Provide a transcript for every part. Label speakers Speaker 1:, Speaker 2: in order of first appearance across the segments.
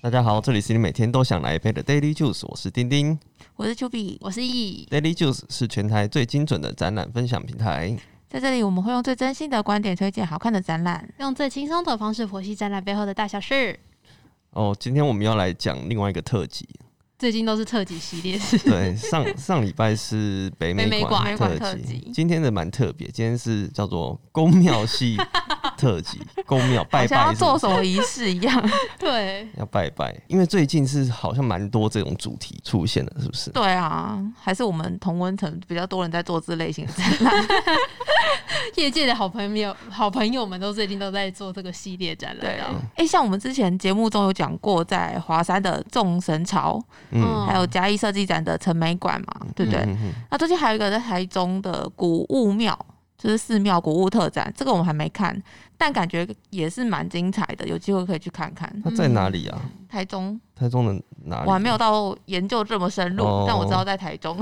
Speaker 1: 大家好，这里是你每天都想来一杯的 Daily Juice，我是丁丁。
Speaker 2: 我是 Q B，我是 E，
Speaker 1: Daily Juice 是全台最精准的展览分享平台。
Speaker 2: 在这里我们会用最真心的观点推荐好看的展览。
Speaker 3: 用最轻松的方式剖析展览背后的大小事。
Speaker 1: 哦，今天我们要来讲另外一个特 辑。
Speaker 3: 最近都是特辑系列，
Speaker 1: 对，上上礼拜是北美
Speaker 3: 北美
Speaker 1: 馆
Speaker 3: 馆
Speaker 2: 北美
Speaker 1: 特
Speaker 2: 馆特
Speaker 1: 辑
Speaker 2: 辑，
Speaker 1: 今天的蛮特别，今天是叫做宫庙系特 辑，宫庙拜
Speaker 2: 好像
Speaker 1: 拜
Speaker 2: 要
Speaker 1: 是不
Speaker 2: 做
Speaker 1: 是
Speaker 2: 什么仪式一样。
Speaker 3: 对，
Speaker 1: 要拜拜，因为最近是好像蛮多这种主题出现的，是不是？
Speaker 2: 对啊，还是我们同温层比较多人在做这类型的展览。
Speaker 3: 业界的好朋友、好朋友们都最近都在做这个系列展
Speaker 2: 对
Speaker 3: 览
Speaker 2: 啊
Speaker 3: 啊。，
Speaker 2: 哎、像我们之前节目中有讲过，在华山的众神潮，
Speaker 1: 嗯，
Speaker 3: 嗯
Speaker 2: 还有嘉义设计展的陈美馆嘛，对不对？
Speaker 1: 嗯嗯嗯
Speaker 2: 那最近还有一个在台中的古物庙，就是寺庙古物特展，这个我们还没看，但感觉也是蛮精彩的，有机会可以去看看。
Speaker 1: 它在哪里啊？
Speaker 2: 台中
Speaker 1: 台中的哪里？
Speaker 2: 嗯我还没有到研究这么深入，
Speaker 1: 哦
Speaker 2: 但我知道在台中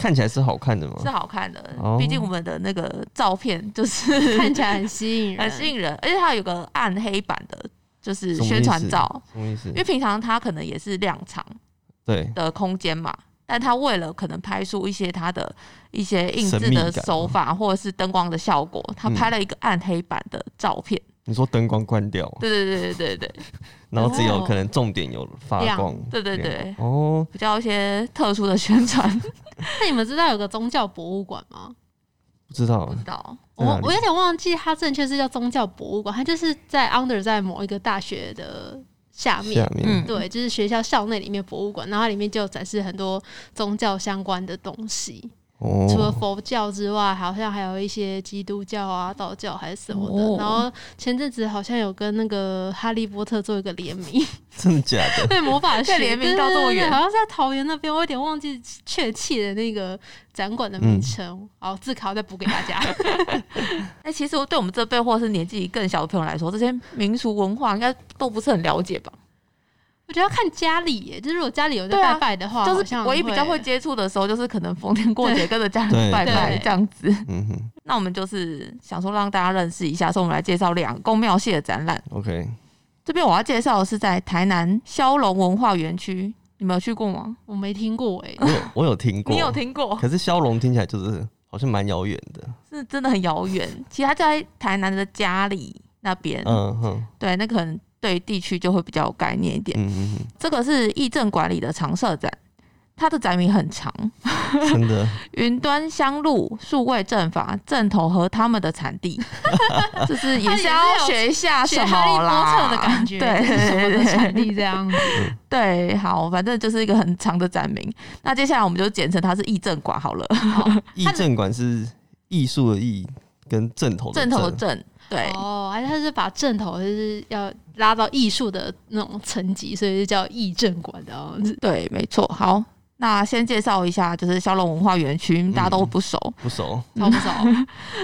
Speaker 1: 看起来是好看的吗？
Speaker 2: 是好看的
Speaker 1: 哦，
Speaker 2: 毕竟我们的那个照片就是
Speaker 3: 看起来很吸引人，
Speaker 2: 很吸引人，而且它有个暗黑版的，就是
Speaker 1: 什么意思
Speaker 2: 宣传照，
Speaker 1: 什么意思
Speaker 2: 因？为平常它可能也是量场
Speaker 1: 对，
Speaker 2: 的空间嘛。但它为了可能拍出一些它的一些印制
Speaker 1: 神秘
Speaker 2: 的
Speaker 1: 感哦
Speaker 2: 手法或者是灯光的效果，它
Speaker 1: 嗯
Speaker 2: 拍了一个暗黑版的照片。
Speaker 1: 你说灯光关掉，
Speaker 2: 对对对 对对对
Speaker 1: 然后只有
Speaker 3: 哦
Speaker 1: 可能重点有发
Speaker 3: 亮
Speaker 1: 光，
Speaker 2: 对对
Speaker 1: 亮
Speaker 2: 对，
Speaker 1: 哦，
Speaker 2: 比较一些特殊的宣传，
Speaker 3: 那你们知道有个宗教博物馆吗？
Speaker 1: 不知道
Speaker 2: 不，知道
Speaker 1: 在哪
Speaker 3: 我
Speaker 1: 里
Speaker 3: 我有点忘记它正确是叫宗教博物馆，它就是在 under 在某一个大学的下面。
Speaker 1: 下面
Speaker 2: 嗯
Speaker 3: 对，就是学校校内里面博物馆，然后它里面就有展示很多宗教相关的东西，除了
Speaker 1: 哦，
Speaker 3: 佛教之外，好像还有一些基督教啊、道教还是什么的。
Speaker 2: 哦
Speaker 3: 然后前阵子好像有跟那个《哈利波特》做一个联 名，
Speaker 1: 真的假的？
Speaker 3: 对魔法学
Speaker 2: 对联名到这么
Speaker 3: 对对对
Speaker 2: 远
Speaker 3: 好像是在桃园那边，我有点忘记确切的那个展馆的名
Speaker 2: 嗯
Speaker 3: 称。好，自考再补给大家。
Speaker 2: 哎、其实我对我们这辈或是年纪更小的朋友来说，这些民俗文化应该都不是很了解吧？
Speaker 3: 我觉得要看家里耶，就是如果家里有在
Speaker 2: 对啊
Speaker 3: 拜拜的话，
Speaker 2: 就
Speaker 3: 好
Speaker 2: 是
Speaker 3: 像
Speaker 2: 唯一比较会接触的时候，就是可能逢年过节跟着家人
Speaker 1: 对
Speaker 2: 拜拜
Speaker 3: 对
Speaker 2: 这样子。
Speaker 1: 嗯哼
Speaker 2: 那我们就是想说让大家认识一下，所以我们来介绍两宫庙系的展览。
Speaker 1: ，OK，
Speaker 2: 这边我要介绍的是在台南骁龙文化园区，你们有去过吗？
Speaker 3: 我没听过哎，
Speaker 1: 我有我有听过，
Speaker 2: 你有，听过？
Speaker 1: 可是骁龙听起来就是好像蛮遥远的，
Speaker 2: 是真的很遥远。其实它在台南的家里那边，
Speaker 1: 嗯哼，
Speaker 2: 对，那可能对地区就会比较有概念一点。
Speaker 1: 嗯嗯
Speaker 2: 这个是议政管理的常设展，它的展名很长，
Speaker 1: 嗯，真 的，
Speaker 2: 云端香露、数位阵法、正头和他们的产地，就是也是要学一下
Speaker 3: 学
Speaker 2: 什
Speaker 3: 哈利
Speaker 2: 么啦，
Speaker 3: 波特的感 觉，
Speaker 2: 对
Speaker 3: 就是什么
Speaker 2: 对
Speaker 3: 的
Speaker 2: 对
Speaker 3: 产地这样子。
Speaker 2: 对，好，反正就是一个很长的展名。那接下来我们就简称它是议政馆好了，
Speaker 1: 艺正馆是艺术的艺跟正头的
Speaker 2: 正头的正，对，
Speaker 3: 哦，还是他是把正头就是要拉到艺术的那种层级，所以就叫艺政馆的哦 样子。
Speaker 2: 对，没错。好，那先介绍一下，就是骁龙文化园区，大家都不熟，
Speaker 1: 不熟，
Speaker 3: 超不少，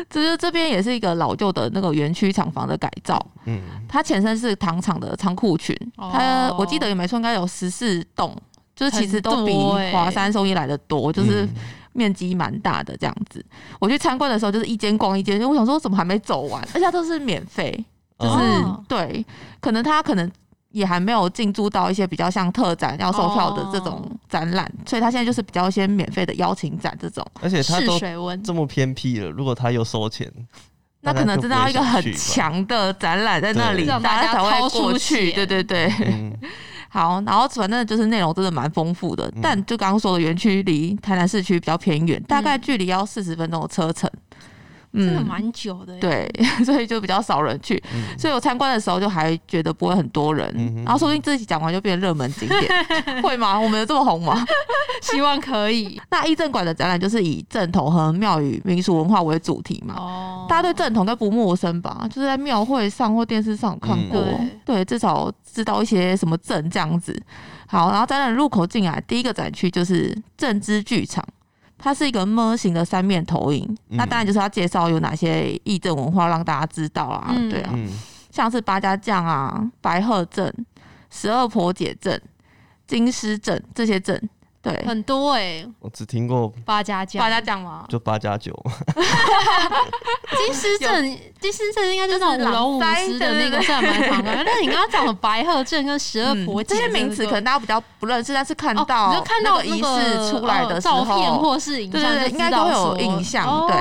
Speaker 2: 就是这边也是一个老旧的那个园区厂房的改造，
Speaker 1: 嗯，
Speaker 2: 它前身是糖厂的仓库群，
Speaker 3: 哦
Speaker 2: 它我记得也没错，应该有十四栋，就是其实都比
Speaker 3: 很多欸
Speaker 2: 华山收益来的多，
Speaker 3: 欸
Speaker 2: 就是
Speaker 1: 嗯
Speaker 2: 面积蛮大的这样子。我去参观的时候，就是一间逛一间，因为我想说怎么还没走完， 而且它都是免费，
Speaker 1: 嗯
Speaker 2: 就是、
Speaker 3: 哦
Speaker 2: 对，可能它可能。也还没有进驻到一些比较像特展要售票的这
Speaker 3: 哦
Speaker 2: 种展览，所以它现在就是比较一些免费的邀请展这种，
Speaker 1: 而且他
Speaker 3: 试
Speaker 1: 都
Speaker 3: 水温。
Speaker 1: 这么偏僻了，如果他又收钱，
Speaker 2: 那
Speaker 1: 大家
Speaker 2: 可能
Speaker 1: 就
Speaker 2: 真
Speaker 1: 不会
Speaker 2: 的要一个
Speaker 1: 想
Speaker 2: 很
Speaker 1: 去吧，
Speaker 2: 强的展览在那里，
Speaker 1: 对
Speaker 2: 大
Speaker 3: 让大
Speaker 2: 家
Speaker 3: 家
Speaker 2: 才会
Speaker 3: 掏出
Speaker 2: 过去。
Speaker 3: 钱
Speaker 2: 对对对，
Speaker 1: 嗯
Speaker 2: 好，然后反正就是内容真的蛮丰富的，
Speaker 1: 嗯
Speaker 2: 但就刚刚说的，园区离台南市区比较偏远，大概距离要四十分钟的车程，
Speaker 3: 嗯
Speaker 2: 嗯
Speaker 3: 真的蛮久的耶，
Speaker 2: 对， 所以就比较少人去，
Speaker 1: 嗯
Speaker 2: 所以我参观的时候就还觉得不会很多人，
Speaker 1: 嗯哼
Speaker 2: 然后说不定自己讲完就变热门景点，会吗？我们有这么红吗？
Speaker 3: 希望可 以
Speaker 2: 那义政馆的展览就是以正统和庙宇民俗文化为主题嘛，
Speaker 3: 哦
Speaker 2: 大家对正统应该不陌生吧？就是在庙会上或电视上有看过，
Speaker 3: 嗯
Speaker 2: 对，至少知道一些什么正这样子。好，然后展览入口进来，第一个展区就是正之剧场，它是一个么型的三面投影。
Speaker 1: 嗯
Speaker 2: 那当然就是要介绍有哪些义正文化让大家知道啦，
Speaker 3: 嗯
Speaker 2: 对啊，
Speaker 1: 嗯
Speaker 2: 像是八家将啊、白鹤阵、十二婆姐阵、金狮阵这些阵。对，
Speaker 3: 很多哎、
Speaker 1: 我只听过
Speaker 3: 八家将，
Speaker 2: 八家将嘛，
Speaker 1: 就八加九，
Speaker 3: 金狮镇，金狮镇应该就是那种五龙五狮的那个算蛮常的。 但是你刚刚讲的白鹤镇跟十二
Speaker 2: 嗯
Speaker 3: 婆
Speaker 2: 这
Speaker 3: 姐
Speaker 2: 些名词可能大家比较不认识，但是看
Speaker 3: 哦
Speaker 2: 到、
Speaker 3: 你就看到
Speaker 2: 仪
Speaker 3: 那
Speaker 2: 式出来的
Speaker 3: 呃
Speaker 2: 时候，
Speaker 3: 照片或是影像，
Speaker 2: 对对对
Speaker 3: 就
Speaker 2: 应
Speaker 3: 知
Speaker 2: 该
Speaker 3: 道
Speaker 2: 都有
Speaker 3: 说
Speaker 2: 印象
Speaker 3: 哦
Speaker 2: 对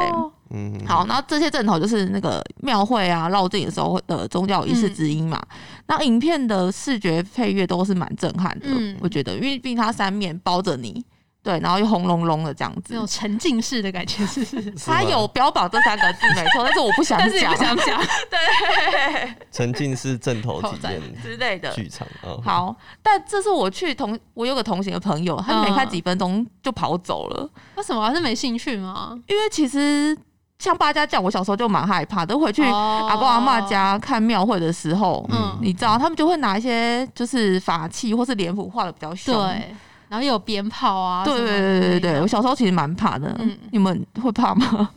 Speaker 1: 嗯，
Speaker 2: 好，，然后这些阵头就是那个庙会啊、绕境的时候的宗教仪式之一嘛。那影片的视觉配乐都是蛮震撼的，
Speaker 3: 嗯
Speaker 2: 我觉得，因为毕竟它三面包着你，对，然后又红隆隆的这样
Speaker 3: 那种
Speaker 2: 子。
Speaker 3: 沉浸式的感觉，是不是？
Speaker 1: 是吗
Speaker 2: 它有标榜这三个字没错，但是我不想
Speaker 3: 但是你
Speaker 2: 讲
Speaker 3: 不想讲，
Speaker 1: 沉浸式正头体验
Speaker 2: 之类 的。
Speaker 1: 剧场啊，哦，
Speaker 2: 好，但这是我去同我有个同行的朋友，他
Speaker 3: 嗯
Speaker 2: 没看几分钟就跑走了，
Speaker 3: 为什么还是没兴趣吗？
Speaker 2: 因为其实像八家将，我小时候就蛮害怕的，回去阿
Speaker 3: 阿
Speaker 2: 公阿妈，家看庙会的时候，
Speaker 3: 嗯
Speaker 2: 你知道他们就会拿一些就是法器或是脸谱画的比较
Speaker 3: 对
Speaker 2: 凶。，
Speaker 3: 然后又有鞭炮啊，
Speaker 2: 对
Speaker 3: 什么
Speaker 2: 对
Speaker 3: 之
Speaker 2: 对对
Speaker 3: 类
Speaker 2: 对，
Speaker 3: 的
Speaker 2: 我小时候其实蛮怕的。
Speaker 3: 嗯
Speaker 2: 你们会怕吗？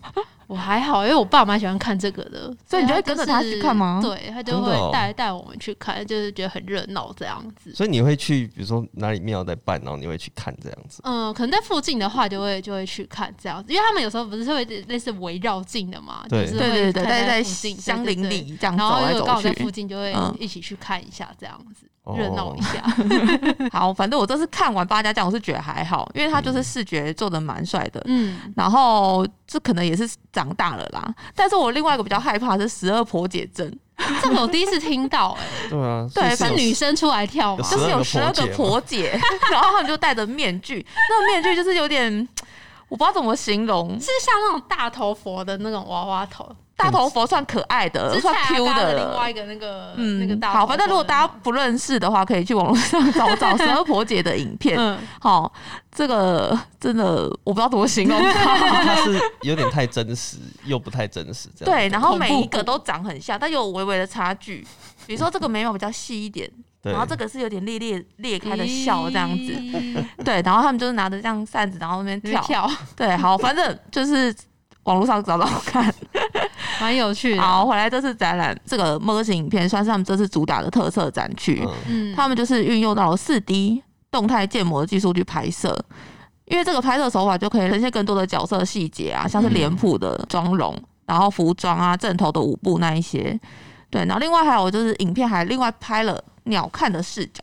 Speaker 3: 我还好，因为我爸妈喜欢看这个的，
Speaker 2: 所以你就会
Speaker 3: 是
Speaker 2: 跟着他去看吗
Speaker 3: 对他就
Speaker 1: 真的哦
Speaker 3: 会带带我们去看，就是觉得很热闹这样子。
Speaker 1: 所以你会去，比如说哪里庙在办，然后你会去看这样子，
Speaker 3: 嗯，可能在附近的话，就会就会去看这样子，因为他们有时候不是会类似围绕境的嘛，
Speaker 1: 对
Speaker 3: 就是
Speaker 2: 对
Speaker 3: 会
Speaker 2: 对对对，
Speaker 3: 看
Speaker 2: 在在
Speaker 3: 附近
Speaker 2: 乡
Speaker 3: 对对
Speaker 2: 邻
Speaker 3: 对
Speaker 2: 里这样
Speaker 3: 然
Speaker 2: 走
Speaker 3: 后
Speaker 2: 来
Speaker 3: 又刚
Speaker 2: 走
Speaker 3: 好在附
Speaker 2: 去。
Speaker 3: 近，就会
Speaker 2: 嗯
Speaker 3: 一起去看一下这样子，
Speaker 1: 哦
Speaker 3: 热闹一下。
Speaker 2: 好，反正我这次看完八家将，我是觉得还好，因为他就是视觉做的蛮帅的。
Speaker 3: 嗯，
Speaker 2: 然后这可能也是长大了啦，但是我另外一个比较害怕的是十二婆姐阵，
Speaker 3: 这个我第一次听到、哎，
Speaker 1: 对啊，
Speaker 2: 对
Speaker 1: 所以
Speaker 3: 是
Speaker 1: 有
Speaker 3: 女生出来跳吗
Speaker 1: 有？
Speaker 2: 就是有十二
Speaker 1: 12
Speaker 2: 个
Speaker 1: 个
Speaker 2: 婆
Speaker 1: 婆
Speaker 2: 姐， 然后他们就戴着面具，那个面具就是有点，我不知道怎么形容。
Speaker 3: 是像那种大头佛的那种娃娃头，
Speaker 2: 大头佛算可爱的，
Speaker 3: 是
Speaker 2: 呃算
Speaker 3: 蔡
Speaker 2: Q
Speaker 3: 阿嘎
Speaker 2: 的
Speaker 3: 的另
Speaker 2: 了。
Speaker 3: 外一个那个、
Speaker 2: 嗯，
Speaker 3: 那个大
Speaker 2: 好，
Speaker 3: 头佛的那种。
Speaker 2: 反正如果大家不认识的话，可以去网络上找找十二婆姐的影片。
Speaker 3: 嗯，
Speaker 2: 好，这个真的我不知道怎么形容它。
Speaker 1: 哦 它是有点太真实，又不太真实这样。
Speaker 2: 对，然后每
Speaker 3: 恐怖
Speaker 2: 一个都长很像，但又有微微的差距。比如说这个眉毛比较细一点，
Speaker 1: 对，
Speaker 2: 然后这个是有点裂裂裂开的笑这样子。
Speaker 3: 咦
Speaker 2: 对，然后他们就是拿着这样扇子，然后那边跳。
Speaker 3: 跳，
Speaker 2: 对，好，反正就是网络上找找看。
Speaker 3: 蛮有趣的。
Speaker 2: 好，回来这次展览，这个 m e r g 影片算是他们这次主打的特色展区。
Speaker 1: 嗯，
Speaker 3: 嗯，
Speaker 2: 他们就是运用到了四 D 动态建模的技术去拍摄，因为这个拍摄手法就可以呈现更多的角色细节啊，像是脸
Speaker 3: 嗯
Speaker 2: 谱的妆容，然后服装啊、正头的舞步那一些。对，然后另外还有就是影片还另外拍了鸟瞰的视角，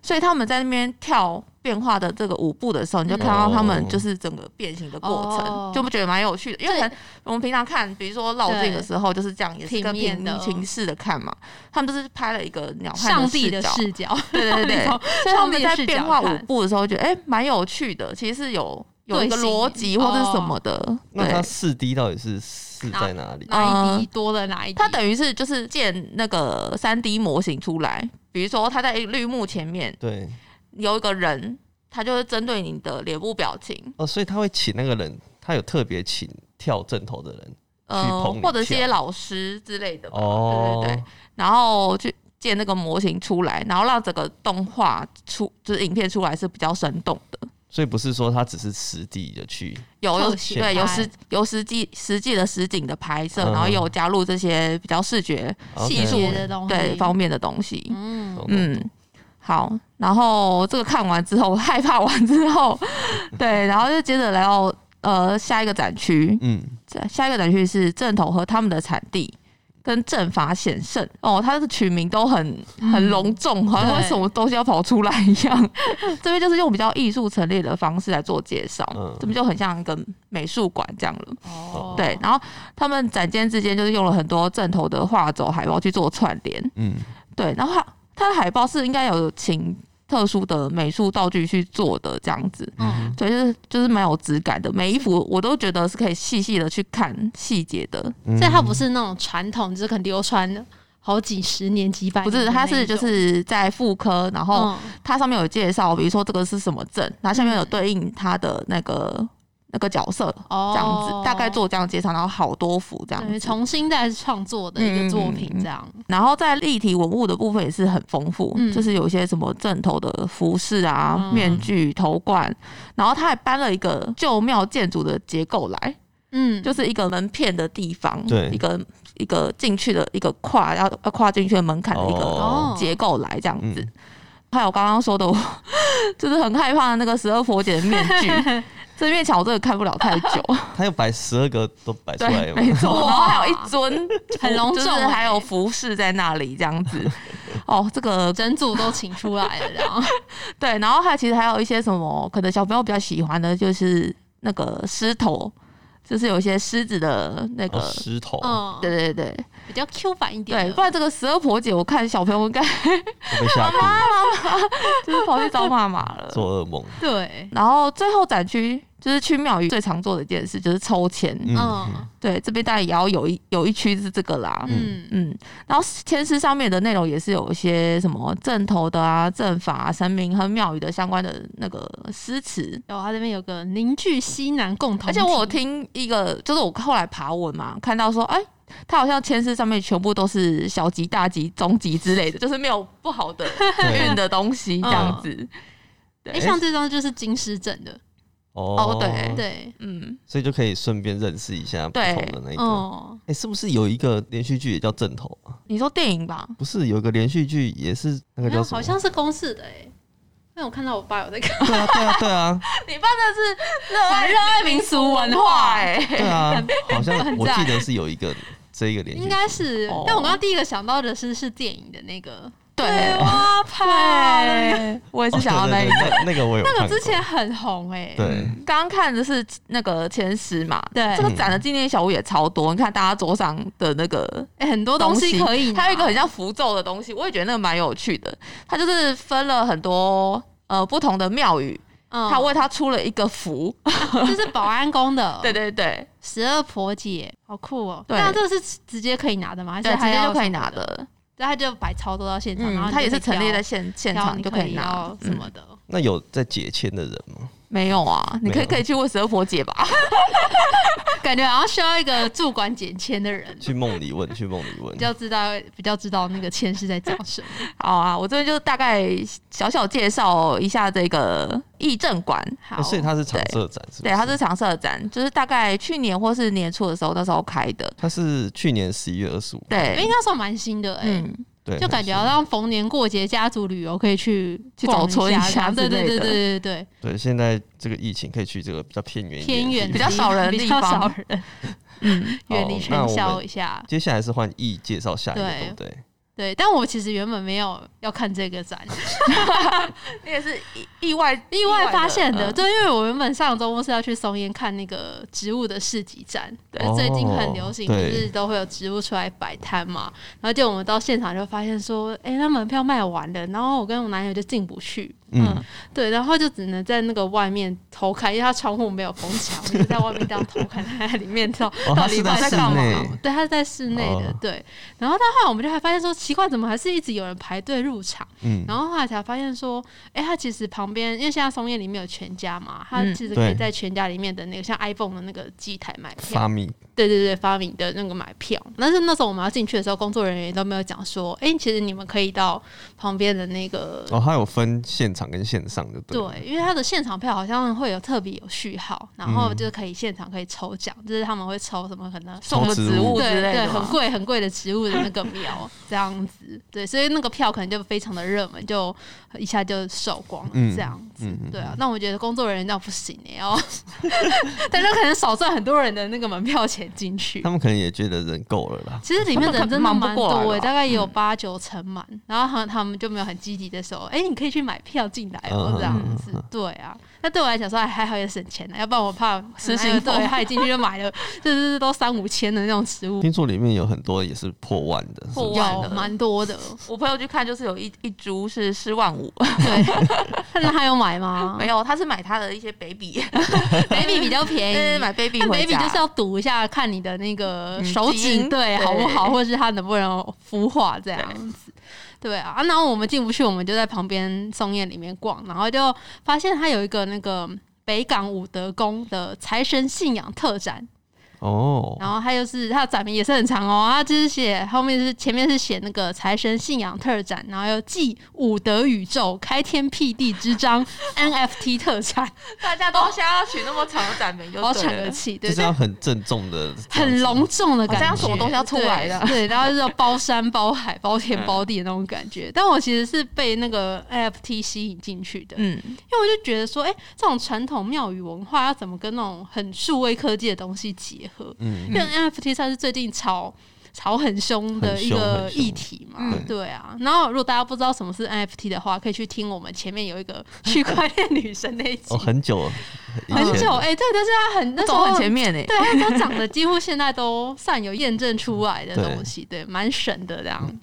Speaker 2: 所以他们在那边跳变化的这个舞步的时候，你就看到他们就是整个变形的过程，
Speaker 3: 哦
Speaker 2: 就不觉得蛮有趣的。因为可能我们平常看，比如说绕镜的时候就是这样，也是跟
Speaker 3: 平面
Speaker 2: 平
Speaker 3: 的
Speaker 2: 民平视的看嘛，他们就是拍了一个鸟瞰
Speaker 3: 上帝
Speaker 2: 视
Speaker 3: 的
Speaker 2: 角。
Speaker 3: 视角，
Speaker 2: 对对对，
Speaker 3: 从
Speaker 2: 所以他
Speaker 3: 上
Speaker 2: 们
Speaker 3: 帝
Speaker 2: 在
Speaker 3: 的视
Speaker 2: 变
Speaker 3: 角
Speaker 2: 化舞
Speaker 3: 看
Speaker 2: 步的时候，觉得哎蛮、有趣的，其实是有有一个
Speaker 3: 对性
Speaker 2: 逻辑或者是什么的。
Speaker 1: 那
Speaker 2: 对
Speaker 1: 它，四 D 到底是是在哪里？
Speaker 3: 哪
Speaker 2: 嗯
Speaker 3: 一滴多了哪一滴，
Speaker 2: 它等于是就是建那个三 D 模型出来，比如说他在绿幕前面
Speaker 1: 对，
Speaker 2: 有一个人，他就是针对你的脸部表情，
Speaker 1: 哦，所以他会请那个人，他有特别请跳正头的人去
Speaker 2: 呃
Speaker 1: 捧，你
Speaker 2: 或者是一些
Speaker 1: 跳
Speaker 2: 老师之类的吧，
Speaker 1: 哦，
Speaker 2: 对对对，然后去。建那个模型出来，然后让整个动画出就是影片出来是比较生动的，
Speaker 1: 所以不是说他只是实地的去，
Speaker 2: 有有
Speaker 3: 特写
Speaker 2: 对
Speaker 3: 拍
Speaker 2: 有实有实际实际的实景的拍摄，
Speaker 1: 嗯
Speaker 2: 然后有加入这些比较视觉
Speaker 3: 细
Speaker 1: OK
Speaker 3: 节的东西，
Speaker 2: 对方面的东西。
Speaker 3: 哦嗯，
Speaker 2: 嗯，好，然后这个看完之后，害怕完之后，对，然后就接着来到呃下一个展区，
Speaker 1: 嗯，
Speaker 2: 这下一个展区是正统和他们的产地。跟阵法显圣哦，它的取名都很很隆重，好像
Speaker 3: 对
Speaker 2: 什么东西要跑出来一样。 这边就是用比较艺术陈列的方式来做介绍，
Speaker 1: 嗯
Speaker 2: 这边就很像一个美术馆这样了。
Speaker 3: 哦，
Speaker 2: 对，然后他们展间之间就是用了很多正头的画轴海报去做串联，
Speaker 1: 嗯，
Speaker 2: 对，然后它它的海报是应该有请特殊的美术道具去做的这样子，
Speaker 3: 嗯，
Speaker 2: 对，就是就是蛮有质感的，每一幅我都觉得是可以细细的去看细节的，
Speaker 1: 嗯
Speaker 3: 所以它不是那种传统，就是可能流传好几十年、几百
Speaker 2: 不
Speaker 3: 年的
Speaker 2: 是，
Speaker 3: 嗯那一种，
Speaker 2: 它是就是在妇科，然后
Speaker 3: 嗯，
Speaker 2: 它上面有介绍，比如说这个是什么症，然后下面有对应它的那个那个角色。
Speaker 3: 哦
Speaker 2: 这样子，大概做这样的介绍，然后好多幅这样
Speaker 3: 等于
Speaker 2: 子，嗯
Speaker 3: 重新再创作的一个作品这样，
Speaker 2: 然后在立体文物的部分也是很丰富，
Speaker 3: 嗯
Speaker 2: 就是有一些什么正头的服饰啊、
Speaker 3: 嗯
Speaker 2: 面具、头冠，然后他还搬了一个旧庙建筑的结构来，
Speaker 3: 嗯，
Speaker 2: 就是一个门片的地方，
Speaker 1: 对
Speaker 2: 一个一个进去的一个跨要要跨进去的门槛的一个
Speaker 1: 哦
Speaker 2: 结构来这样子。
Speaker 1: 嗯
Speaker 2: 还有刚刚说的，我 就是很害怕那个十二佛姐的面 具。这面墙我真的看不了太久，
Speaker 1: 他要摆十二个都摆出来
Speaker 2: 对，
Speaker 1: 嘛，
Speaker 2: 没错。然后还有一 尊
Speaker 3: 很隆重
Speaker 2: 就是
Speaker 3: 欸
Speaker 2: 还有服饰在那里这样 子。哦，这个
Speaker 3: 整组都请出来了， 然后
Speaker 2: 对，然后还其实还有一些什么，可能小朋友比较喜欢的就是那个狮头，就是有一些狮子的那个，
Speaker 1: 哦石头，
Speaker 3: 嗯，
Speaker 2: 对对对
Speaker 3: 比较 Q 版一点
Speaker 2: 对，
Speaker 3: 的，
Speaker 2: 不然这个十二婆姐，我看小朋友应该
Speaker 1: 我被吓哭，
Speaker 2: 就是跑去找妈妈了。
Speaker 1: 做噩梦。
Speaker 3: 对，
Speaker 2: 然后最后展区就是去庙宇最常做的一件事就是抽签，
Speaker 3: 嗯
Speaker 2: 对，这边当然也要有一有一区是这个啦，
Speaker 3: 嗯
Speaker 2: 嗯，然后签诗上面的内容也是有一些什么正头的啊、正法、啊、神明和庙宇的相关的那个诗词。
Speaker 3: 有他这边有个凝聚西南共同
Speaker 2: 而
Speaker 3: 体，
Speaker 2: 且我有听一个，就是我后来爬文嘛，看到说，哎、他好像签诗上面全部都是小吉、大吉、中吉之类的，就是没有不好 的
Speaker 1: 对
Speaker 2: 运的东
Speaker 3: 嗯
Speaker 2: 西这样子。
Speaker 3: 哎，像这张就是金狮镇的，
Speaker 1: 哦
Speaker 2: 哦对，
Speaker 3: 对，
Speaker 2: 嗯，
Speaker 1: 所以就可以顺便认识一下不
Speaker 2: 对
Speaker 1: 同的那个。
Speaker 3: 哦，
Speaker 1: 哎，是不是有一个连续剧也叫正头啊？
Speaker 2: 你说电影吧，
Speaker 1: 不是，有一个连续剧也是那个
Speaker 3: 没
Speaker 1: 叫
Speaker 3: 有
Speaker 1: 什么？
Speaker 3: 啊哎好像是公式的哎，因为我看到我爸有在看，
Speaker 1: 对啊，对啊，对啊，
Speaker 2: 你爸真的是热爱
Speaker 3: 很热爱民俗文化欸
Speaker 2: 哎、
Speaker 1: 对啊，好像
Speaker 2: 很
Speaker 1: 我
Speaker 2: 赞
Speaker 1: 记得是有一个这一个连续剧，
Speaker 3: 应该是
Speaker 2: 哦，
Speaker 3: 但我刚刚第一个想到的是是电影的那个，
Speaker 2: 对
Speaker 3: 哇，拍
Speaker 2: 对，我也
Speaker 1: 哦
Speaker 2: 是想要那
Speaker 1: 对
Speaker 2: 一
Speaker 1: 对对
Speaker 2: 个。
Speaker 1: 那那个我有
Speaker 3: 那
Speaker 1: 看过
Speaker 3: 个之前很红哎，
Speaker 1: 对
Speaker 2: 刚刚看的是那个前十嘛，
Speaker 3: 对
Speaker 2: 这个展的纪念小物也超多。你看大家桌上的那个
Speaker 3: 哎，很多东西可以拿，
Speaker 2: 还有一个很像符咒的东西，我也觉得那个蛮有趣的。它就是分了很多呃不同的庙宇，
Speaker 3: 嗯，
Speaker 2: 它为它出了一个符。
Speaker 3: 就是保安宫的，
Speaker 2: 对对对
Speaker 3: 十二婆姐，好酷哦！
Speaker 2: 对
Speaker 3: 那这个是直接可以拿的吗？还是
Speaker 2: 对，直
Speaker 3: 还
Speaker 2: 接
Speaker 3: 要
Speaker 2: 就可以
Speaker 3: 什么
Speaker 2: 拿
Speaker 3: 的？
Speaker 2: 的。
Speaker 3: 然后他就摆超多到现场，然后
Speaker 2: 嗯，
Speaker 3: 你
Speaker 2: 它也
Speaker 3: 就是
Speaker 2: 陈列在
Speaker 3: 挑
Speaker 2: 现现
Speaker 3: 挑
Speaker 2: 场
Speaker 3: 你
Speaker 2: 就
Speaker 3: 可
Speaker 2: 以拿
Speaker 3: 要。什
Speaker 2: 嗯
Speaker 3: 么的？
Speaker 1: 那有在解签的人吗？
Speaker 2: 没有啊？你可
Speaker 1: 没
Speaker 2: 以
Speaker 1: 有
Speaker 2: 可以去问十二婆姐吧。
Speaker 3: 感觉好像需要一个驻馆解签的人，
Speaker 1: 去梦里问，去梦里问
Speaker 3: 比。较知道比较知道那个签是在讲什么。
Speaker 2: 好啊，我这边就大概小小介绍一下这个义政馆。
Speaker 3: 好
Speaker 1: 哦，所以它是常设展，是不
Speaker 2: 对，
Speaker 1: 是？
Speaker 2: 它是常设展，就是大概去年或是年初的时候，那时候开的。
Speaker 1: 它是去年十一月二十五，
Speaker 3: 因为
Speaker 2: 对，
Speaker 3: 那时候蛮新的哎、
Speaker 2: 嗯，
Speaker 1: 对，
Speaker 3: 就感觉要让逢年过节家族旅游可以去
Speaker 2: 去
Speaker 3: 逛
Speaker 2: 走村一下
Speaker 3: 对
Speaker 2: 之
Speaker 3: 对
Speaker 2: 类
Speaker 3: 对
Speaker 2: 的
Speaker 3: 对对对，
Speaker 1: 对。现在这个疫情可以去这个比较偏远一点
Speaker 3: 偏
Speaker 1: 的
Speaker 3: 远的
Speaker 1: 地
Speaker 2: 较
Speaker 1: 方
Speaker 2: 少人的
Speaker 3: 比
Speaker 2: 地
Speaker 3: 较少
Speaker 2: 方
Speaker 3: 人，
Speaker 2: 嗯，
Speaker 3: 远离
Speaker 1: 哦那
Speaker 3: 喧
Speaker 1: 我
Speaker 3: 嚣
Speaker 1: 们
Speaker 3: 一下。
Speaker 1: 接下来是换 E 介绍下一个，
Speaker 3: 对
Speaker 1: 对不对？
Speaker 3: 对，但我其实原本没有要看这个展，
Speaker 2: 你也是意意外
Speaker 3: 意外发现的，
Speaker 2: 嗯
Speaker 3: 对，因为我原本上周末是要去松烟看那个植物的市集展，
Speaker 2: 对
Speaker 3: 就最近很
Speaker 1: 哦
Speaker 3: 流行，就
Speaker 1: 对
Speaker 3: 是都会有植物出来摆摊嘛。然后就我们到现场就发现说，哎、那门票卖完了，然后我跟我男友就进不去，
Speaker 1: 嗯，
Speaker 3: 对，然后就只能在那个外面偷看，因为他窗户没有封起来，我们就在外面这样偷看，他在里面到
Speaker 1: 哦，
Speaker 3: 到
Speaker 1: 它
Speaker 3: 底
Speaker 1: 是
Speaker 3: 到底
Speaker 1: 在室
Speaker 3: 在干嘛
Speaker 1: 内。，
Speaker 3: 对，他是在室内的
Speaker 1: 哦，
Speaker 3: 对。然后到后来我们就还发现说，奇怪，怎么还是一直有人排队入场？
Speaker 1: 嗯，
Speaker 3: 然后后来才发现说，哎、它其实旁边，因为现在松叶里面有全家嘛，它
Speaker 2: 嗯
Speaker 3: 其实可以
Speaker 1: 对
Speaker 3: 在全家里面的那个像 iPhone 的那个机台买票，
Speaker 1: 发明
Speaker 3: 对对对，发明的那个买票。但是那时候我们要进去的时候，工作人员也都没有讲说，哎、其实你们可以到旁边的那个。
Speaker 1: 哦，它有分现场跟线上的，对了。
Speaker 3: 对，因为它的现场票好像会有特别有序号，然后
Speaker 1: 嗯
Speaker 3: 就是可以现场可以抽奖，就是他们会抽什么可能
Speaker 2: 送的
Speaker 1: 植
Speaker 2: 植
Speaker 1: 物
Speaker 2: 物之
Speaker 3: 对
Speaker 2: 类
Speaker 3: 对，
Speaker 2: 的
Speaker 3: 很
Speaker 2: 嘛，
Speaker 3: 贵很贵的植物的那个 苗这样子，对，所以那个票可能就非常的热门，就一下就售光了
Speaker 1: 嗯
Speaker 3: 这样子，
Speaker 1: 嗯嗯
Speaker 3: 对啊。那我觉得工作人员那不行哎、哦， 但就可能少赚很多人的那个门票钱进去
Speaker 1: 他。们可能也觉得人够了啦。
Speaker 3: 其实里面人真的
Speaker 2: 他们可能忙
Speaker 3: 蛮
Speaker 2: 不过来
Speaker 3: 多、欸
Speaker 2: 吧
Speaker 1: 啊
Speaker 3: 大概有八九成满，然后他他们就没有很积极的时候，哎、你可以去买票进来哦
Speaker 1: 嗯，
Speaker 3: 这样子，对啊。那对我来讲说哎还好也省钱啊，要不然我怕
Speaker 2: 失心
Speaker 3: 哎
Speaker 2: 疯
Speaker 3: 对，他一进去就买了， 就是都三五千的那种食物，
Speaker 1: 听说里面有很多也是破万的，是不
Speaker 2: 破
Speaker 1: 是
Speaker 2: 万
Speaker 3: 有
Speaker 2: 的
Speaker 3: 哦蛮多的，
Speaker 2: 我朋友去看，就是有一一株是四万五，
Speaker 3: 嗯对，但是他有买吗？
Speaker 2: 没有，他是买他的一些 baby，
Speaker 3: ，baby 比较 便
Speaker 2: 嗯，
Speaker 3: 宜。
Speaker 2: 买 baby
Speaker 3: 但
Speaker 2: 回
Speaker 3: 哎 baby
Speaker 2: 家，
Speaker 3: 就是要赌一下，看你的那个
Speaker 2: 嗯
Speaker 3: 手
Speaker 2: 基
Speaker 3: 指
Speaker 2: 因
Speaker 3: 对
Speaker 2: 对
Speaker 3: 好不好，或者是它能不能孵化这样子。对啊，啊然后我们进不去，我们就在旁边松叶里面逛，然后就发现它有一个那个北港武德宫的财神信仰特展，
Speaker 1: 哦，
Speaker 3: 然后它又是它的展名也是很长哦，它就是写后面是前面是写那个财神信仰特展，然后又祭武德宇宙开天辟地之 章 NFT 特展，
Speaker 2: 大家都想要取那么长的展名就
Speaker 3: 好
Speaker 2: 对
Speaker 3: 喘
Speaker 2: 了
Speaker 3: 哦个。气，
Speaker 1: 就
Speaker 3: 对，
Speaker 1: 是要很郑重的，
Speaker 3: 很隆重的感
Speaker 2: 好
Speaker 3: 觉，
Speaker 2: 像什么东西要出来嗯了
Speaker 3: 对，对 然后就是包山包海、包天包地的那种感觉。但我其实是被那个 NFT 吸引进去的，
Speaker 2: 嗯，
Speaker 3: 因为我就觉得说，哎、这种传统庙宇文化要怎么跟那种很数位科技的东西结合？
Speaker 1: 嗯
Speaker 3: 因为 NFT 算是最近炒炒很凶的一个
Speaker 1: 很凶很凶
Speaker 3: 议题嘛
Speaker 2: 嗯，
Speaker 3: 对啊。然后如果大家不知道什么是 NFT 的话，可以去听我们前面有一个区 块链女神那一集，
Speaker 1: 哦，很久了，以前
Speaker 3: 很久哎、对，但是它很那欸时
Speaker 2: 走
Speaker 3: 候
Speaker 2: 很前面呢、
Speaker 3: 对，它都长得几乎现在都算有验证出来的东西，对，蛮神的这
Speaker 1: 嗯
Speaker 3: 样。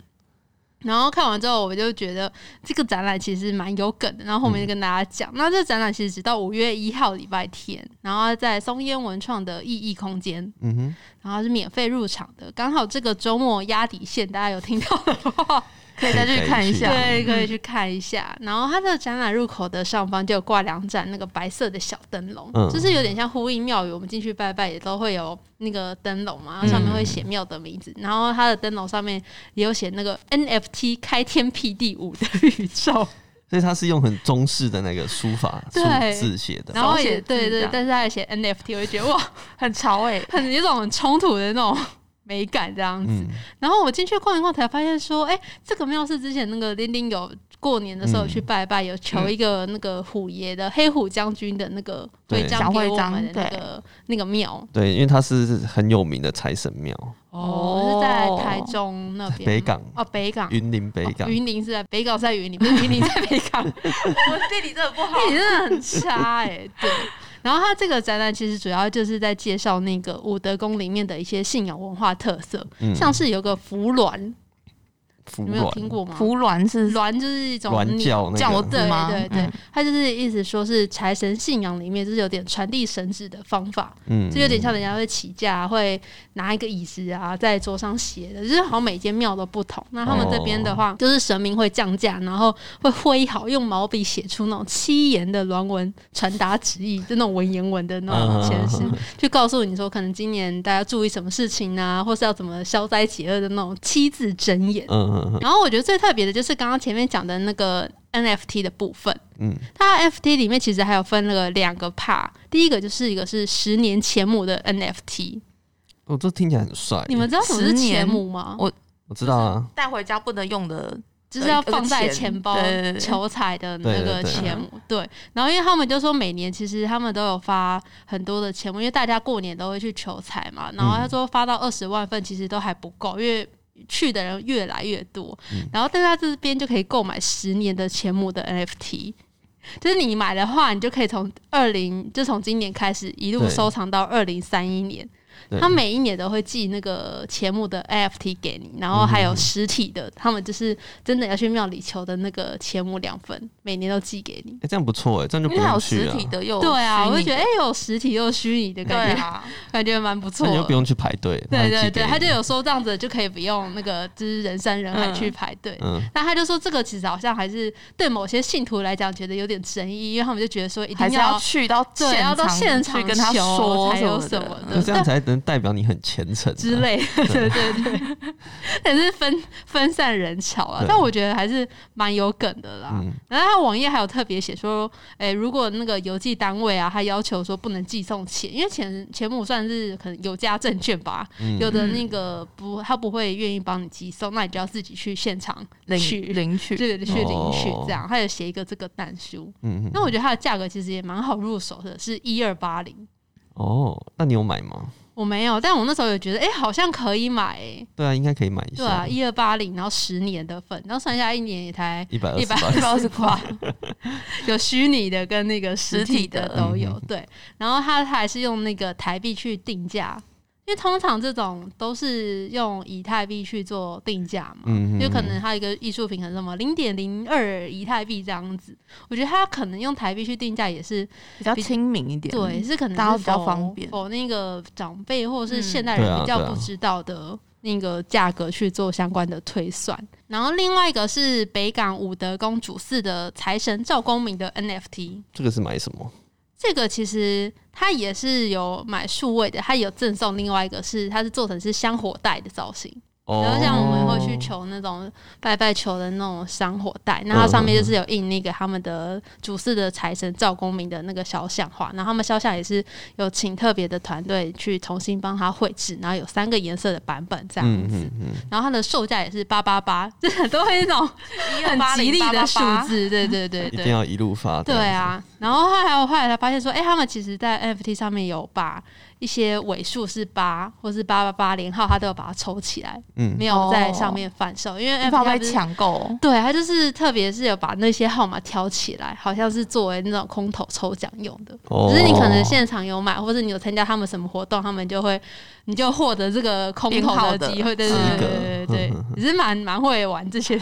Speaker 3: 然后看完之后，我就觉得这个展览其实蛮有梗的。然后后
Speaker 1: 嗯
Speaker 3: 面就跟大家讲，那这展览其实直到五月一号礼拜天，然后在松烟文创的意义空间，
Speaker 1: 嗯哼，
Speaker 3: 然后是免费入场的。刚好这个周末压底线，大家有听到的话，
Speaker 2: 可以再去看一下。
Speaker 3: 对，可以去看一下。然后它的展览入口的上方就有挂两盏那个白色的小灯笼，
Speaker 1: 嗯
Speaker 3: 就是有点像呼应庙宇，我们进去拜拜也都会有那个灯笼嘛，
Speaker 2: 嗯
Speaker 3: 上面会写庙的名字。然后它的灯笼上面也有写那个 NFT 开天辟地五的 宇宙，
Speaker 1: 所以他是用很中式的那个书法数
Speaker 3: 对
Speaker 1: 字写的，
Speaker 3: 然
Speaker 2: 手
Speaker 3: 后也
Speaker 2: 写字
Speaker 3: 对
Speaker 2: 这
Speaker 3: 对
Speaker 2: 样，
Speaker 3: 但是它也写 NFT，我就觉得哇，
Speaker 2: 很潮哎、
Speaker 3: 很有一种很冲突的那种美感这样子。
Speaker 1: 嗯，
Speaker 3: 然后我进去逛一逛，才发现说，哎、这个庙是之前那个丁丁有过年的时候
Speaker 1: 嗯
Speaker 3: 去拜拜，有求一个那个虎爷的、黑虎将军的那个徽
Speaker 1: 对
Speaker 2: 小
Speaker 3: 章
Speaker 2: 徽
Speaker 3: 给我
Speaker 2: 章
Speaker 3: 们的那
Speaker 2: 对
Speaker 3: 个那个庙，
Speaker 1: 对，因为他是很有名的财神庙，
Speaker 3: 哦，是在台中那边
Speaker 1: 北
Speaker 3: 吗
Speaker 1: 港
Speaker 3: 哦，北港。
Speaker 1: 云林北港
Speaker 3: 哦，云林是在北港，是在云林，不是云林在北 港，地
Speaker 2: 我地理真的不好。
Speaker 3: 理真的很差哎、 对，然后它这个展览其实主要就是在介绍那个武德宫里面的一些信仰文化特色，
Speaker 1: 嗯
Speaker 3: 像是有个服鸾，
Speaker 1: 服
Speaker 3: 你们有听
Speaker 1: 软
Speaker 3: 过吗？
Speaker 2: 服鸾是
Speaker 3: 鸾就是一种
Speaker 1: 软教
Speaker 3: 鸟
Speaker 1: 那
Speaker 2: 教
Speaker 1: 个，
Speaker 2: 字
Speaker 3: 对
Speaker 2: 吗
Speaker 3: 对对
Speaker 2: 嗯，
Speaker 3: 他就是意思说是财神信仰里面就是有点传递神旨的方法，
Speaker 1: 嗯
Speaker 3: 就有点像人家会起驾，会拿一个椅子啊在桌上写的，就是好像每间庙都不同。那他们这边的话，
Speaker 1: 哦
Speaker 3: 就是神明会降价，然后会挥毫用毛笔写出那种七言的鸾文传达旨意，就那种文言文的那种前诗
Speaker 1: 嗯嗯嗯，
Speaker 3: 就告诉你说可能今年大家注意什么事情啊，或是要怎么消灾解厄的那种七字真言。
Speaker 1: 嗯嗯嗯
Speaker 3: 然后我觉得最特别的就是刚刚前面讲的那个 NFT 的部分，
Speaker 1: 嗯，
Speaker 3: 它 NFT 里面其实还有分那个两个 part，第一个就是一个是十年前母的 NFT，
Speaker 1: 哦，这听起来很帅，
Speaker 3: 你们知道什么是
Speaker 2: 十年
Speaker 3: 前母吗
Speaker 2: 我？
Speaker 1: 我知道啊，
Speaker 2: 带回家不能用的，
Speaker 3: 就是
Speaker 2: 呃
Speaker 3: 要放在钱包
Speaker 2: 对对对对
Speaker 3: 求财的那个
Speaker 1: 对对对
Speaker 3: 钱母，对。然后因为他们就说每年其实他们都有发很多的钱母，因为大家过年都会去求财嘛。然
Speaker 1: 嗯
Speaker 3: 后他说发到二十万份其实都还不够，因为去的人越来越多。
Speaker 1: 嗯
Speaker 3: 然后但是他这边就可以购买十年的钱母的 NFT。就是你买的话，你就可以从二零，就从今年开始一路
Speaker 1: 对
Speaker 3: 收藏到二零三一年。
Speaker 1: 对
Speaker 3: 他每一年都会寄那个钱母的 NFT 给你，然后还
Speaker 1: 嗯
Speaker 3: 有实体的，他们就是真的要去庙里求的那个钱母两份，每年都寄给你。
Speaker 1: 哎，这样不错哎，这样就
Speaker 2: 因
Speaker 1: 不
Speaker 2: 为
Speaker 1: 用
Speaker 2: 它有
Speaker 1: 去
Speaker 2: 实
Speaker 1: 了
Speaker 2: 体，的又有
Speaker 3: 对啊，
Speaker 2: 虚
Speaker 3: 我
Speaker 2: 拟
Speaker 3: 就觉得哎、
Speaker 2: 的
Speaker 3: 有实体又有虚拟的
Speaker 2: 对
Speaker 3: 感觉，
Speaker 2: 啊，
Speaker 3: 感觉蛮不错
Speaker 1: 那你就不
Speaker 3: 的。
Speaker 1: 用去排队，
Speaker 3: 对
Speaker 1: 它
Speaker 3: 对
Speaker 1: 寄给
Speaker 3: 对，
Speaker 1: 你
Speaker 3: 他就有说这样子就可以不用那个就是人山人海去排队。
Speaker 1: 嗯，
Speaker 3: 那他就说，这个其实好像还是对某些信徒来讲觉得有点争议，因为他们就觉得说一
Speaker 2: 还
Speaker 3: 定
Speaker 2: 是要去到
Speaker 3: 对
Speaker 2: 现
Speaker 3: 要到
Speaker 2: 场
Speaker 3: 现
Speaker 2: 去
Speaker 3: 场
Speaker 2: 跟他
Speaker 3: 求
Speaker 2: 说
Speaker 3: 才有
Speaker 2: 什
Speaker 3: 什
Speaker 2: 么
Speaker 3: 么
Speaker 2: 的
Speaker 3: 的
Speaker 1: 就这样才能代表你很虔诚啊
Speaker 3: 呃之，类的， 对对对，但是分分散人潮啊
Speaker 1: 对。
Speaker 3: 但我觉得还是蛮有梗的啦。
Speaker 1: 嗯，
Speaker 3: 然后他网页还有特别写说，诶、如果那个邮寄单位啊，他要求说不能寄送钱，因为钱钱母算是可能有价证券吧，
Speaker 1: 嗯
Speaker 3: 有的那个不，他不会愿意帮你寄送，那你就要自己去现场
Speaker 2: 领
Speaker 3: 去
Speaker 2: 领取，
Speaker 3: 这个去领取
Speaker 1: 哦
Speaker 3: 这样。他有写一个这个单书，
Speaker 1: 嗯
Speaker 3: 那
Speaker 1: 嗯，
Speaker 3: 我觉得它的价格其实也蛮好入手的，是一二八零。
Speaker 1: 哦，那你有买吗？
Speaker 3: 我没有，但我那时候有觉得，诶，好像可以买、诶
Speaker 1: 对啊，应该可以买一
Speaker 3: 对啊，
Speaker 1: 下，
Speaker 3: 一二八零，然后十年的份，然后算下来一年也才
Speaker 1: 一百二
Speaker 3: 一
Speaker 1: 十
Speaker 3: 百
Speaker 1: 八，
Speaker 3: 二十块，有虚拟的跟那个实体的
Speaker 2: 实体的
Speaker 3: 都
Speaker 1: 嗯
Speaker 3: 有。对，然后它还是用那个台币去定价，因为通常这种都是用以太币去做定价嘛。
Speaker 1: 嗯，嗯
Speaker 3: 就可
Speaker 1: 嗯
Speaker 3: 能它一个艺术品可能什么零点零二以太币这样子，我觉得它可能用台币去定价也是
Speaker 2: 比较亲民一点，
Speaker 3: 对，，是可能
Speaker 2: 大家
Speaker 3: 是
Speaker 2: 比较
Speaker 3: for-
Speaker 2: 方便
Speaker 3: for 那个长辈或者是
Speaker 2: 嗯
Speaker 3: 现代
Speaker 1: 对
Speaker 3: 人
Speaker 1: 啊
Speaker 3: 比
Speaker 1: 对
Speaker 3: 较
Speaker 1: 啊
Speaker 3: 不知道的那个价格去做相关的推算。然后另外一个是北港武德宫主祀的财神赵公明的 NFT，
Speaker 1: 这个是买什么？
Speaker 3: 这个其实它也是有买数位的，它有赠送另外一个是它是做成是香火袋的造型，然
Speaker 1: 哦
Speaker 3: 后像我们会去求那种拜拜求的那种香火袋，
Speaker 1: 嗯
Speaker 3: 那它上面就是有印那个他们的主事的财神赵公明的那个肖像画，然后他们肖像也是有请特别的团队去重新帮他绘制，然后有三个颜色的版本这样子，
Speaker 1: 嗯，
Speaker 3: 然后它的售价也是八八八， 这很多那种很吉利的数字，对对 对
Speaker 1: 一
Speaker 3: 对
Speaker 1: 定。要一路发。
Speaker 3: 对，啊，然后他还有后来才发现说，哎、他们其实在 NFT 上面有把一些尾数是八或是八八八零号，他都有把它抽起来，
Speaker 1: 嗯
Speaker 3: 没有在上面贩售，因为
Speaker 2: 怕被
Speaker 3: NFT 它不是。
Speaker 2: 抢购。
Speaker 3: 对，他就是特别是有把那些号码挑起来，好像是作为那种空头抽奖用的。
Speaker 1: 哦
Speaker 3: 只是你可能现场有买，或者你有参加他们什么活动，他们就会你就获得这个空
Speaker 2: 编号的
Speaker 3: 头的机会。对对
Speaker 1: 资
Speaker 3: 对
Speaker 1: 格
Speaker 3: 对对对，你是蛮蛮会玩这些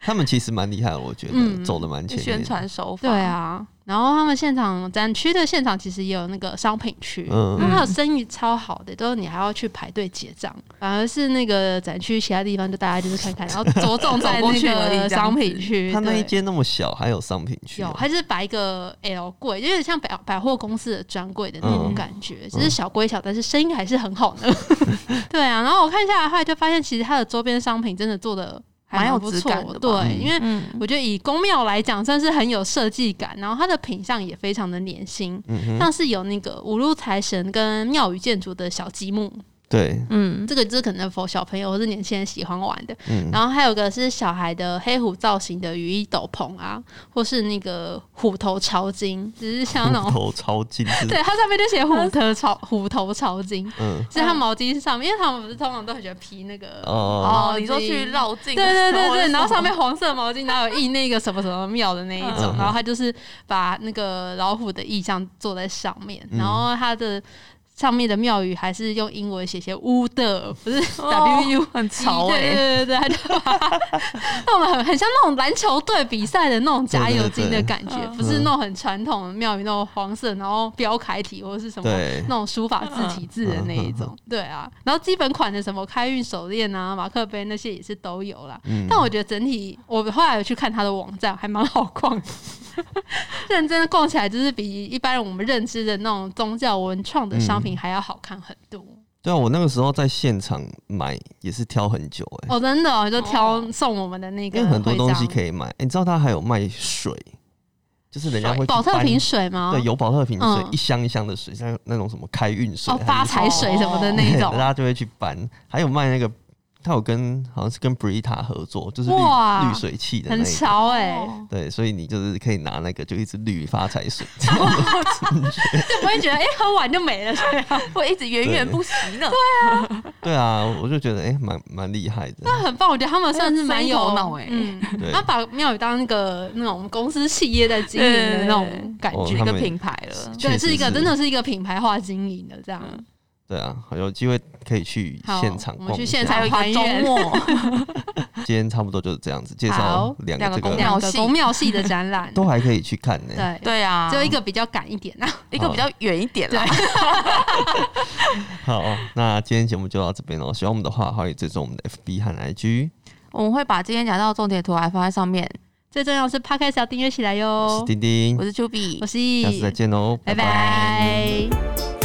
Speaker 1: 他们其实蛮厉害的，我觉得
Speaker 3: 嗯
Speaker 1: 走的蛮前面。
Speaker 2: 宣，传手法，
Speaker 3: 对，啊，然后他们现场展区的现场其实也有那个商品区，
Speaker 1: 嗯
Speaker 3: 那、还有生意超好的，都是你还要去排队结账，反而是那个展区其他地方就大家就是看看，然后着重在
Speaker 2: 走过去而已这样
Speaker 3: 那个
Speaker 2: 子
Speaker 3: 商品区。
Speaker 1: 他那一
Speaker 3: 对
Speaker 1: 间那么小，还有商品区哦，
Speaker 3: 有，它就是摆一个 L 柜，有点像百百货公司的专柜的那种
Speaker 1: 嗯
Speaker 3: 感觉，只是小归小，但是生意还是很好的。 对啊，然后我看下来的话，就发现其实它的周边商品真的做的
Speaker 2: 蛮有
Speaker 3: 不
Speaker 2: 质
Speaker 3: 错
Speaker 2: 感的吧
Speaker 3: 对，
Speaker 1: 嗯
Speaker 3: 因为
Speaker 2: 嗯，
Speaker 3: 我觉得以宫庙来讲，算是很有设计感，然后它的品相也非常的年轻，
Speaker 1: 嗯哼，
Speaker 3: 像是有那个五路财神跟庙宇建筑的小积木，
Speaker 1: 对，
Speaker 2: 嗯，
Speaker 3: 这个就是可能否小朋友或是年轻人喜欢玩的。
Speaker 1: 嗯，
Speaker 3: 然后还有个是小孩的黑虎造型的雨衣斗篷啊，或是那个虎头朝巾，只是像那
Speaker 1: 虎
Speaker 3: 种，
Speaker 1: 头超近是，
Speaker 3: 对，它上面就写虎头朝虎头朝巾，
Speaker 1: 嗯，
Speaker 3: 是它毛巾上面，因为他们不是通常都很喜欢披那个
Speaker 1: 哦，
Speaker 2: 哦
Speaker 3: 毛，巾
Speaker 2: 你说去绕境的时候，
Speaker 3: 对对对
Speaker 2: 或者
Speaker 3: 对，
Speaker 2: 是
Speaker 3: 然后
Speaker 2: 什么
Speaker 3: 上面黄色毛巾，然后有印那个什么什么庙的那一种
Speaker 1: 嗯，
Speaker 3: 然后他就是把那个老虎的意象做在上面，然后他的上面的庙宇还是用英文写些乌的，不是 W U
Speaker 2: 哦很潮哎、
Speaker 3: 对
Speaker 1: 欸
Speaker 3: 对对对，他就把它弄得很很像那种篮球队比赛的那种夹
Speaker 1: 对对
Speaker 3: 油巾
Speaker 1: 对
Speaker 3: 的感觉，
Speaker 2: 嗯
Speaker 3: 不是那种很传统的庙宇那种黄色，然后标楷体或是什么
Speaker 1: 对嗯
Speaker 3: 那，种书法字体字的那一种， 对啊。然后基本款的什么开运手链啊、马克杯那些也是都有啦。
Speaker 1: 嗯
Speaker 3: 但我觉得整体，我后来有去看他的网站，还蛮好逛的。认真的逛起来，就是比一般我们认知的那种宗教文创的商
Speaker 1: 嗯
Speaker 3: 品还要好看很多。
Speaker 1: 对啊，我那个时候在现场买也是挑很久哎、
Speaker 3: 哦，真的、哦，就挑
Speaker 2: 哦
Speaker 3: 送我们的那个
Speaker 1: 因为很多东西
Speaker 3: 以
Speaker 1: 可以买。欸你知道它还有卖水，就是人家会去
Speaker 3: 保特
Speaker 1: 搬
Speaker 3: 瓶水吗？
Speaker 1: 对，有保特瓶水，
Speaker 3: 嗯
Speaker 1: 一箱一箱的水，像那种什么开运水哦
Speaker 3: 哦，发财水什么的那一种
Speaker 1: 大。家就会去搬。还有卖那个，他有跟好像是跟 Brita 合作，就是滤
Speaker 3: 哇
Speaker 1: 滤水器的那
Speaker 3: 很
Speaker 1: 一种。
Speaker 3: 潮哎、
Speaker 2: 哦
Speaker 1: 对，所以你就是可以拿那个就一直滤发财 水。
Speaker 3: 就不会觉得哎、喝完就没了，对啊，
Speaker 2: 会一直源源不息呢。
Speaker 1: 对啊，我就觉得哎，蛮蛮厉害的。
Speaker 3: 那很棒，我觉得他们算是蛮有
Speaker 2: 很有头脑欸
Speaker 3: 嗯，
Speaker 1: 对
Speaker 3: 他把庙宇当那个那种公司企业在经营的那种感
Speaker 1: 哦
Speaker 3: 觉，
Speaker 2: 举一
Speaker 1: 他
Speaker 2: 个
Speaker 1: 们
Speaker 2: 品牌了，
Speaker 1: 确
Speaker 3: 对，
Speaker 1: 实
Speaker 3: 是一个
Speaker 1: 是
Speaker 3: 真的是一个品牌化经营的这样。
Speaker 1: 对啊，有机会可以去
Speaker 3: 好
Speaker 1: 现场
Speaker 3: 我
Speaker 1: 逛
Speaker 3: 们去
Speaker 1: 一
Speaker 3: 现
Speaker 1: 下。
Speaker 2: 还有一个周末，
Speaker 1: 今天差不多就是这样子，介绍
Speaker 3: 好
Speaker 1: 两
Speaker 2: 两
Speaker 1: 个这
Speaker 2: 个公
Speaker 1: 个
Speaker 2: 庙
Speaker 3: 两
Speaker 2: 系
Speaker 3: 个宫庙系的展 览，
Speaker 1: 都还可以去看呢。
Speaker 3: 对，
Speaker 2: 对啊，
Speaker 3: 只有一个比较赶一点啊。
Speaker 2: 一
Speaker 1: 哦
Speaker 2: 个比较远一点啦。
Speaker 1: 好，那今天节目就到这边喽。喜欢我们的话，欢迎追踪我们的 FB 和 IG。
Speaker 2: 我们会把今天讲到的重点图还放在上面。
Speaker 3: 最重要是 Podcast 要订阅起来
Speaker 1: 我是
Speaker 3: 哟。
Speaker 1: 丁丁
Speaker 2: 我，是 Q B，
Speaker 3: 我是
Speaker 1: 下次再见喽，
Speaker 3: 拜
Speaker 1: 拜拜
Speaker 3: 拜。